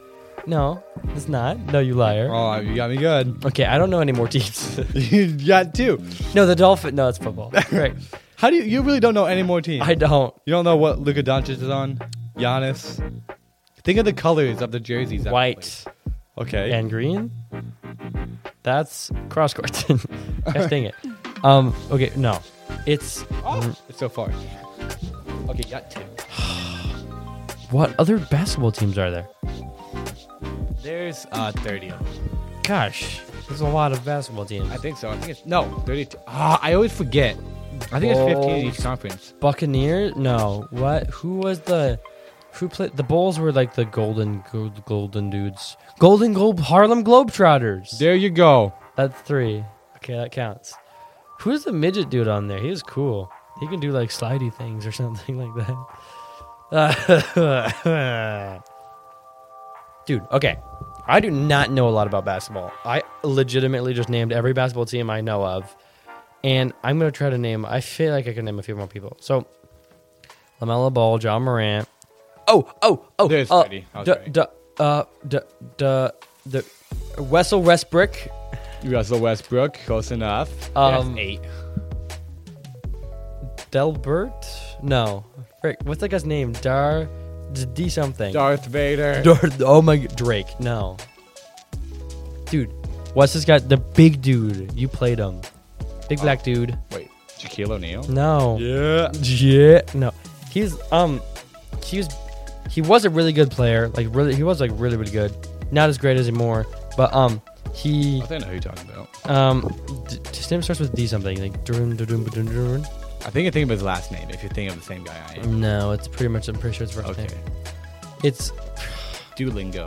Speaker 1: no, it's not. No, you liar.
Speaker 2: Oh, you got me good.
Speaker 1: Okay, I don't know any more teams.
Speaker 2: you got two.
Speaker 1: no, the Dolphin. No, it's football. Right.
Speaker 2: How do you? You really don't know any more teams.
Speaker 1: I don't.
Speaker 2: you don't know what Luka Doncic is on. Giannis. Think of the colors of the jerseys. that we
Speaker 1: White
Speaker 2: played. Okay.
Speaker 1: and green. That's cross court. Gosh dang it. Um. Okay. No. It's
Speaker 2: Oh, it's so far. Okay, got two.
Speaker 1: what other basketball teams are there?
Speaker 2: There's uh 30 of them.
Speaker 1: Gosh, there's a lot of basketball teams.
Speaker 2: I think so. I think it's no 32. Ah, I always forget. I think it's 15 in each
Speaker 1: Bulls.
Speaker 2: conference.
Speaker 1: Buccaneers? No. What? Who was the? Who played? The Bulls were like the golden, gold, golden dudes. Golden Globe, Harlem Globetrotters.
Speaker 2: There you go.
Speaker 1: That's three. Okay, that counts. Who's the midget dude on there? He was cool. He can do like slidey things or something like that. Uh, dude, okay. I do not know a lot about basketball. I legitimately just named every basketball team I know of. And I'm going to try to name, I feel like I can name a few more people. So, LaMelo Ball, John Morant. Oh, oh, oh.
Speaker 2: There's
Speaker 1: uh,
Speaker 2: Freddie. I was
Speaker 1: duh,
Speaker 2: right.
Speaker 1: duh, uh, duh, duh, the Wessel Westbrook.
Speaker 2: Russell Westbrook, close enough.
Speaker 1: Um,
Speaker 2: That's eight.
Speaker 1: Delbert? No. Frick, what's that guy's name? Dar D- D something.
Speaker 2: Darth Vader.
Speaker 1: Dar oh my Drake. No. Dude, what's this guy? The big dude. You played him. Big black dude.
Speaker 2: Wait, Shaquille O'Neal.
Speaker 1: No.
Speaker 2: Yeah.
Speaker 1: Yeah. No. He's um he was he was a really good player. Like really he was like really, really good. Not as great as anymore. But um he
Speaker 2: I think I know who you're talking about.
Speaker 1: um d- his name starts with D something. Like dun, dun, dun, dun, dun.
Speaker 2: I think I think of his last name. If you think of the same guy I am.
Speaker 1: No, it's pretty much I'm pretty sure it's first
Speaker 2: Okay.
Speaker 1: name. It's
Speaker 2: Duolingo.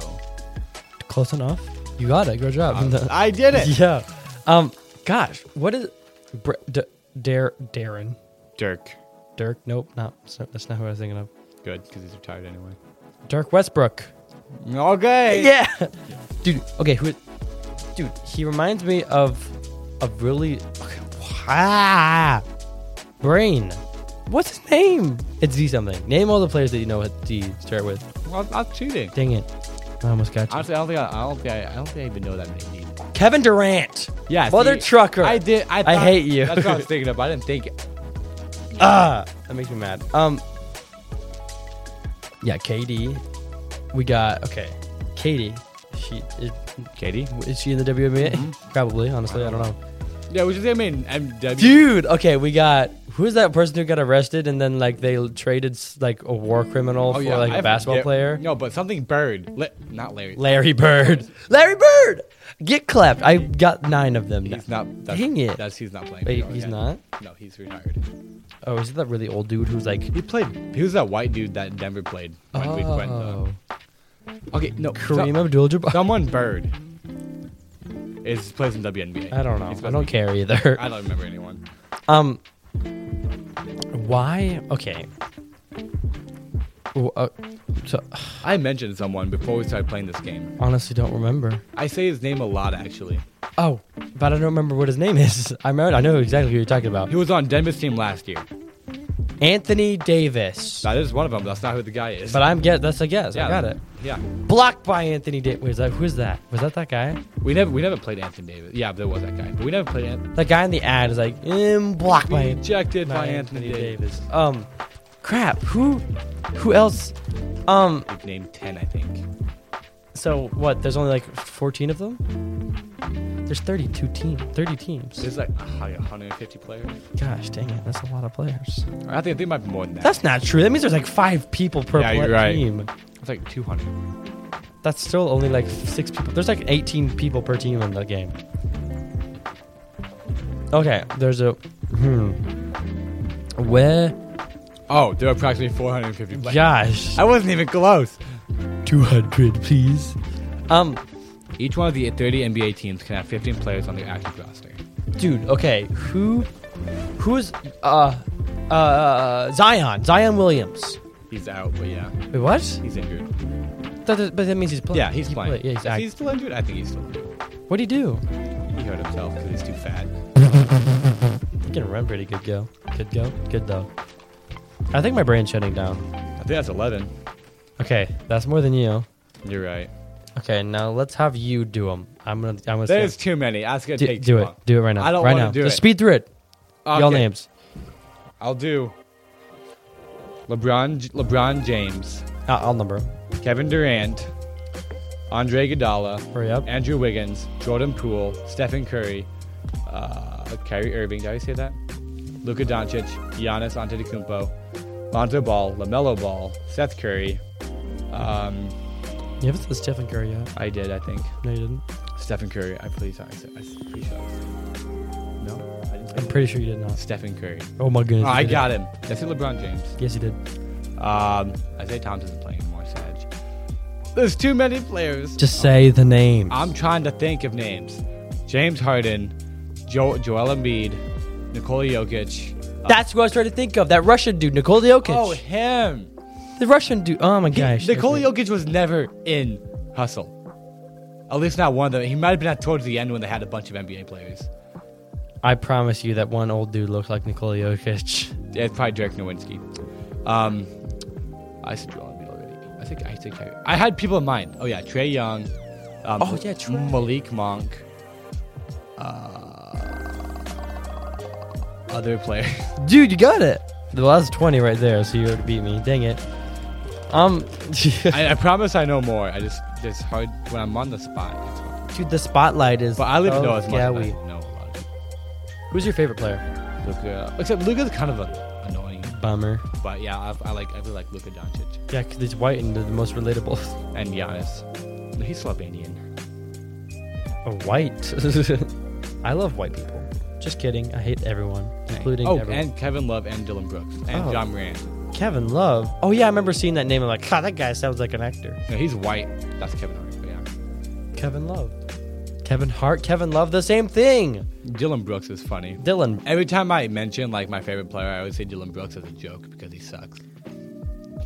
Speaker 1: Close enough. You got it. Good job.
Speaker 2: Um, I did it.
Speaker 1: yeah. Um. Gosh, what is Br- D- Dar- Darren?
Speaker 2: Dirk.
Speaker 1: Dirk? Nope. Not. that's not- That's not who I was thinking of.
Speaker 2: Good, because he's retired anyway.
Speaker 1: Dirk Westbrook.
Speaker 2: Okay.
Speaker 1: Yeah. Dude. Okay. Who? Dude. He reminds me of a really. Okay, ah. Brain. What's his name? It's D something. Name all the players that you know what D start with.
Speaker 2: Well, I'm cheating.
Speaker 1: Dang it. I almost got you.
Speaker 2: Honestly, I don't think I, I don't think I, I don't think I even know that many people.
Speaker 1: Kevin Durant.
Speaker 2: Yeah.
Speaker 1: Mother
Speaker 2: see,
Speaker 1: trucker.
Speaker 2: I did. I,
Speaker 1: I
Speaker 2: thought-
Speaker 1: hate you.
Speaker 2: That's what I was thinking of. but I didn't think.
Speaker 1: Ah, that makes me mad. Um, yeah, KD. We got okay, Katie. She is,
Speaker 2: Katie.
Speaker 1: is she in the WNBA?
Speaker 2: Mm-hmm.
Speaker 1: Probably, honestly, I don't know.
Speaker 2: Yeah, which is I mean MW.
Speaker 1: Dude, okay, we got who is that person who got arrested and then like they traded s- like a war criminal for like
Speaker 2: a
Speaker 1: a basketball player?
Speaker 2: No, but something Bird. Li- not Larry.
Speaker 1: Larry Bird. Larry Bird. Get clapped. I got nine of them.
Speaker 2: He's not. That's,
Speaker 1: Dang it.
Speaker 2: That's he's not playing.
Speaker 1: Wait,
Speaker 2: No,
Speaker 1: he's
Speaker 2: yeah.
Speaker 1: not.
Speaker 2: No, he's retired.
Speaker 1: Oh, is it that really old dude who's like?
Speaker 2: He played. He was that white dude that Denver played when we went. Uh,
Speaker 1: Oh,
Speaker 2: okay, no.
Speaker 1: Kareem
Speaker 2: some-
Speaker 1: Abdul-Jabbar.
Speaker 2: Someone Bird is plays in WNBA.
Speaker 1: I don't know.
Speaker 2: He's supposed
Speaker 1: I
Speaker 2: to
Speaker 1: don't
Speaker 2: be-
Speaker 1: care either.
Speaker 2: I don't remember anyone.
Speaker 1: Um, why? Okay. W- uh, so,
Speaker 2: I mentioned someone before we started playing this game.
Speaker 1: honestly, don't remember.
Speaker 2: I say his name a lot actually.
Speaker 1: Oh, but I don't remember what his name is. I remember. I know exactly who you're talking about.
Speaker 2: He was on Denver's team last year.
Speaker 1: Anthony Davis.
Speaker 2: That is one of them. That's not who the guy is.
Speaker 1: But I'm get. That's a guess.
Speaker 2: yeah,
Speaker 1: I got it.
Speaker 2: Yeah.
Speaker 1: Blocked by Anthony Davis. Wait, is that who's that? Was that that guy?
Speaker 2: We never we never played Anthony Davis. Yeah, there was that guy. But we never played Anthony.
Speaker 1: That guy in the ad is like, mm, blocked by Anthony
Speaker 2: Rejected by
Speaker 1: by
Speaker 2: Anthony, Davis.
Speaker 1: Um, crap. Who, who else? Um,
Speaker 2: Like named ten, I think.
Speaker 1: so what? There's only like 14 of them. There's 32 team, 30 teams.
Speaker 2: There's like ah, like 150 players.
Speaker 1: Gosh, dang it, that's a lot of players.
Speaker 2: I think I think it might be more than that.
Speaker 1: That's not true. That means there's like five people per
Speaker 2: Yeah, you're
Speaker 1: pla-
Speaker 2: right.
Speaker 1: team.
Speaker 2: It's like 200.
Speaker 1: That's still only like six people. There's like 18 people per team in the game. Okay, there's a hmm. Where?
Speaker 2: Oh, there are approximately 450 players.
Speaker 1: Gosh,
Speaker 2: I wasn't even close.
Speaker 1: 200, please. Um,
Speaker 2: Each one of the 30 NBA teams can have 15 players on their active roster.
Speaker 1: dude. Okay, who, who's uh, uh, Zion? Zion Williams.
Speaker 2: He's out, but yeah,
Speaker 1: Wait, what?
Speaker 2: he's injured.
Speaker 1: That, that- but that means he's playing.
Speaker 2: Yeah, he's
Speaker 1: He play-
Speaker 2: playing.
Speaker 1: Yeah, he's
Speaker 2: Is he
Speaker 1: act-
Speaker 2: still injured? I think he's still injured.
Speaker 1: What do you do?
Speaker 2: He hurt himself because he's too fat.
Speaker 1: You can run pretty good, go. Good go. Good though. I think my brain's shutting down.
Speaker 2: I think that's 11.
Speaker 1: Okay, that's more than you.
Speaker 2: You're right.
Speaker 1: Okay, now let's have you do them. I'm gonna. I'm gonna.
Speaker 2: There's too many. That's gonna
Speaker 1: do,
Speaker 2: take
Speaker 1: do
Speaker 2: too
Speaker 1: it.
Speaker 2: long.
Speaker 1: Do it right now.
Speaker 2: I don't
Speaker 1: right
Speaker 2: wanna
Speaker 1: now.
Speaker 2: do
Speaker 1: Just
Speaker 2: it.
Speaker 1: speed through it. Y'all
Speaker 2: Okay,
Speaker 1: names.
Speaker 2: I'll do. LeBron, J- LeBron James,
Speaker 1: Uh, I'll number 'em.
Speaker 2: Kevin Durant, Andre Iguodala,
Speaker 1: Hurry up.
Speaker 2: Andrew Wiggins, Jordan Poole, Stephen Curry, uh, Kyrie Irving. Did I say that? Luka Doncic, Giannis Antetokounmpo, Lonzo Ball, Lamelo Ball, Seth Curry. Um,
Speaker 1: You haven't said Stephen Curry yet.
Speaker 2: I did, I think.
Speaker 1: No, you didn't.
Speaker 2: Stephen Curry. I please. I, said- I said- pretty sure. I said- No, I didn't. say
Speaker 1: I'm
Speaker 2: that.
Speaker 1: pretty sure you did not.
Speaker 2: Stephen Curry.
Speaker 1: Oh my goodness.
Speaker 2: Oh, I got him. That's it, LeBron James.
Speaker 1: Yes, you did.
Speaker 2: Um, Isaiah Thompson's playing anymore, Sag. There's too many players.
Speaker 1: Just say the name.
Speaker 2: I'm trying to think of names. James Harden, jo- Joel Embiid, Nikola Jokic. Uh,
Speaker 1: That's who I was trying to think of. That Russian dude, Nikola Jokic.
Speaker 2: oh, him.
Speaker 1: the Russian dude. Oh my gosh.
Speaker 2: Nikola Jokic was never in Hustle. At least not one of them. He might have been at towards the end when they had a bunch of NBA players.
Speaker 1: I promise you that one old dude looks like Nikola Jokic.
Speaker 2: Yeah, it's probably Derek Nowinski. Um, I said Joel Embiid already. I think I think I, I had people in mind. Oh yeah, Trey Young. Um,
Speaker 1: Oh, yeah, Trey.
Speaker 2: Malik Monk. Uh, other player.
Speaker 1: Dude, you got it. Well, that's 20 right there, so you already beat me. Dang it. Um,
Speaker 2: I, I promise I know more. I just it's hard when I'm on the spot. It's hard.
Speaker 1: dude, the spotlight is.
Speaker 2: But I live
Speaker 1: oh,
Speaker 2: to know as much. as I
Speaker 1: scary.
Speaker 2: know a lot.
Speaker 1: Who's your favorite player?
Speaker 2: Luka, except Luka's kind of a, annoying.
Speaker 1: Bummer.
Speaker 2: But yeah, I, I like I really like Luka Doncic
Speaker 1: Yeah, because he's white and the most relatable.
Speaker 2: and Giannis. No, He's Slovenian. Oh,
Speaker 1: A white. I love white people. Just kidding. I hate everyone, including
Speaker 2: oh,
Speaker 1: everyone.
Speaker 2: and Kevin Love and Dylan Brooks and
Speaker 1: Oh.
Speaker 2: John Moran.
Speaker 1: Kevin Love. Oh yeah, I remember seeing that name. I'm like, God, that guy sounds like an actor.
Speaker 2: No, he's white. That's Kevin Hart. But yeah,
Speaker 1: Kevin Love. Kevin Hart, Kevin Love, the same thing.
Speaker 2: Dylan Brooks is funny.
Speaker 1: Dylan.
Speaker 2: Every time I mention like my favorite player, I always say Dylan Brooks as a joke because he sucks.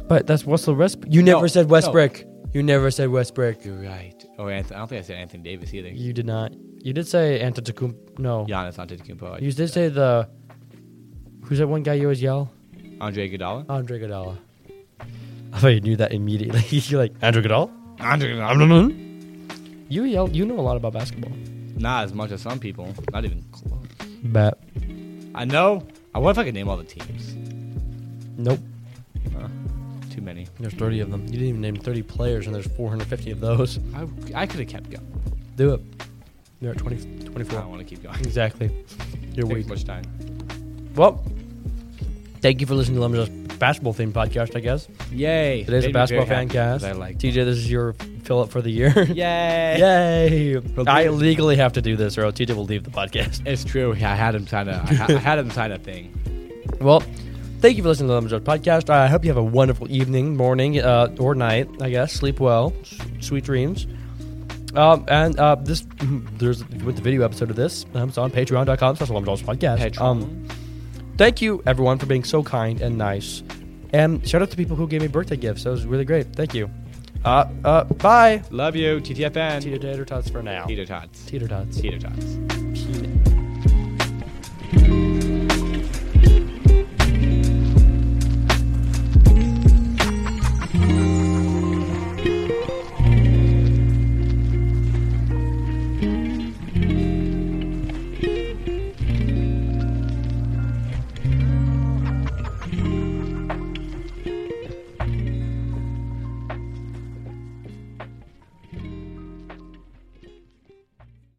Speaker 1: But that's Russell Westbrook. You never
Speaker 2: No,
Speaker 1: said
Speaker 2: no.
Speaker 1: Westbrook. You never said Westbrook.
Speaker 2: You're right. Oh, Anth- I don't think I said Anthony Davis either.
Speaker 1: You did not. You did say Antetokounmpo. No.
Speaker 2: Giannis Antetokounmpo.
Speaker 1: You did say the. Who's that one guy you always yell?
Speaker 2: Andre Iguodala.
Speaker 1: Andre Iguodala. I thought you knew that immediately. You're like Oh. Andre Iguodala.
Speaker 2: Andre Iguodala.
Speaker 1: You yell. You know a lot about basketball.
Speaker 2: Not as much as some people. Not even close.
Speaker 1: Bet.
Speaker 2: I know. I wonder if I could name all the teams.
Speaker 1: Nope.
Speaker 2: Huh. Too many.
Speaker 1: There's 30 of them. You didn't even name 30 players, and there's 450 of those.
Speaker 2: I, I could have kept going.
Speaker 1: Do it. You're at 20,
Speaker 2: I
Speaker 1: 24.
Speaker 2: don't want to keep going.
Speaker 1: Exactly. You're
Speaker 2: Takes
Speaker 1: weak.
Speaker 2: much time.
Speaker 1: Well, thank you for listening to Lumber's basketball themed podcast, I guess.
Speaker 2: Yay!
Speaker 1: Today's
Speaker 2: Made
Speaker 1: a
Speaker 2: me
Speaker 1: basketball fan
Speaker 2: very happy
Speaker 1: cast.
Speaker 2: 'cause I like.
Speaker 1: TJ, this is your fill up for the year.
Speaker 2: Yay!
Speaker 1: Yay.
Speaker 2: But
Speaker 1: I
Speaker 2: we-
Speaker 1: legally have to do this, or else TJ will leave the podcast.
Speaker 2: It's true. I had him sign a. I, ha- I had him sign a thing.
Speaker 1: Well, thank you for listening to the Lumberjack podcast. I hope you have a wonderful evening, morning, uh, or night, I guess. Sleep well, S- sweet dreams. Um, and uh, this, there's with the video episode of this, um, it's on patreon.com slash Lumberjack podcast. Um, Thank you, everyone, for being so kind and nice. And shout out to people who gave me birthday gifts. That was really great. Thank you. Uh, uh, bye.
Speaker 2: Love you, TTFN.
Speaker 1: Teeter tater tots for now.
Speaker 2: Teeter tots.
Speaker 1: Teeter tots.
Speaker 2: Teeter tots.
Speaker 1: Teeter.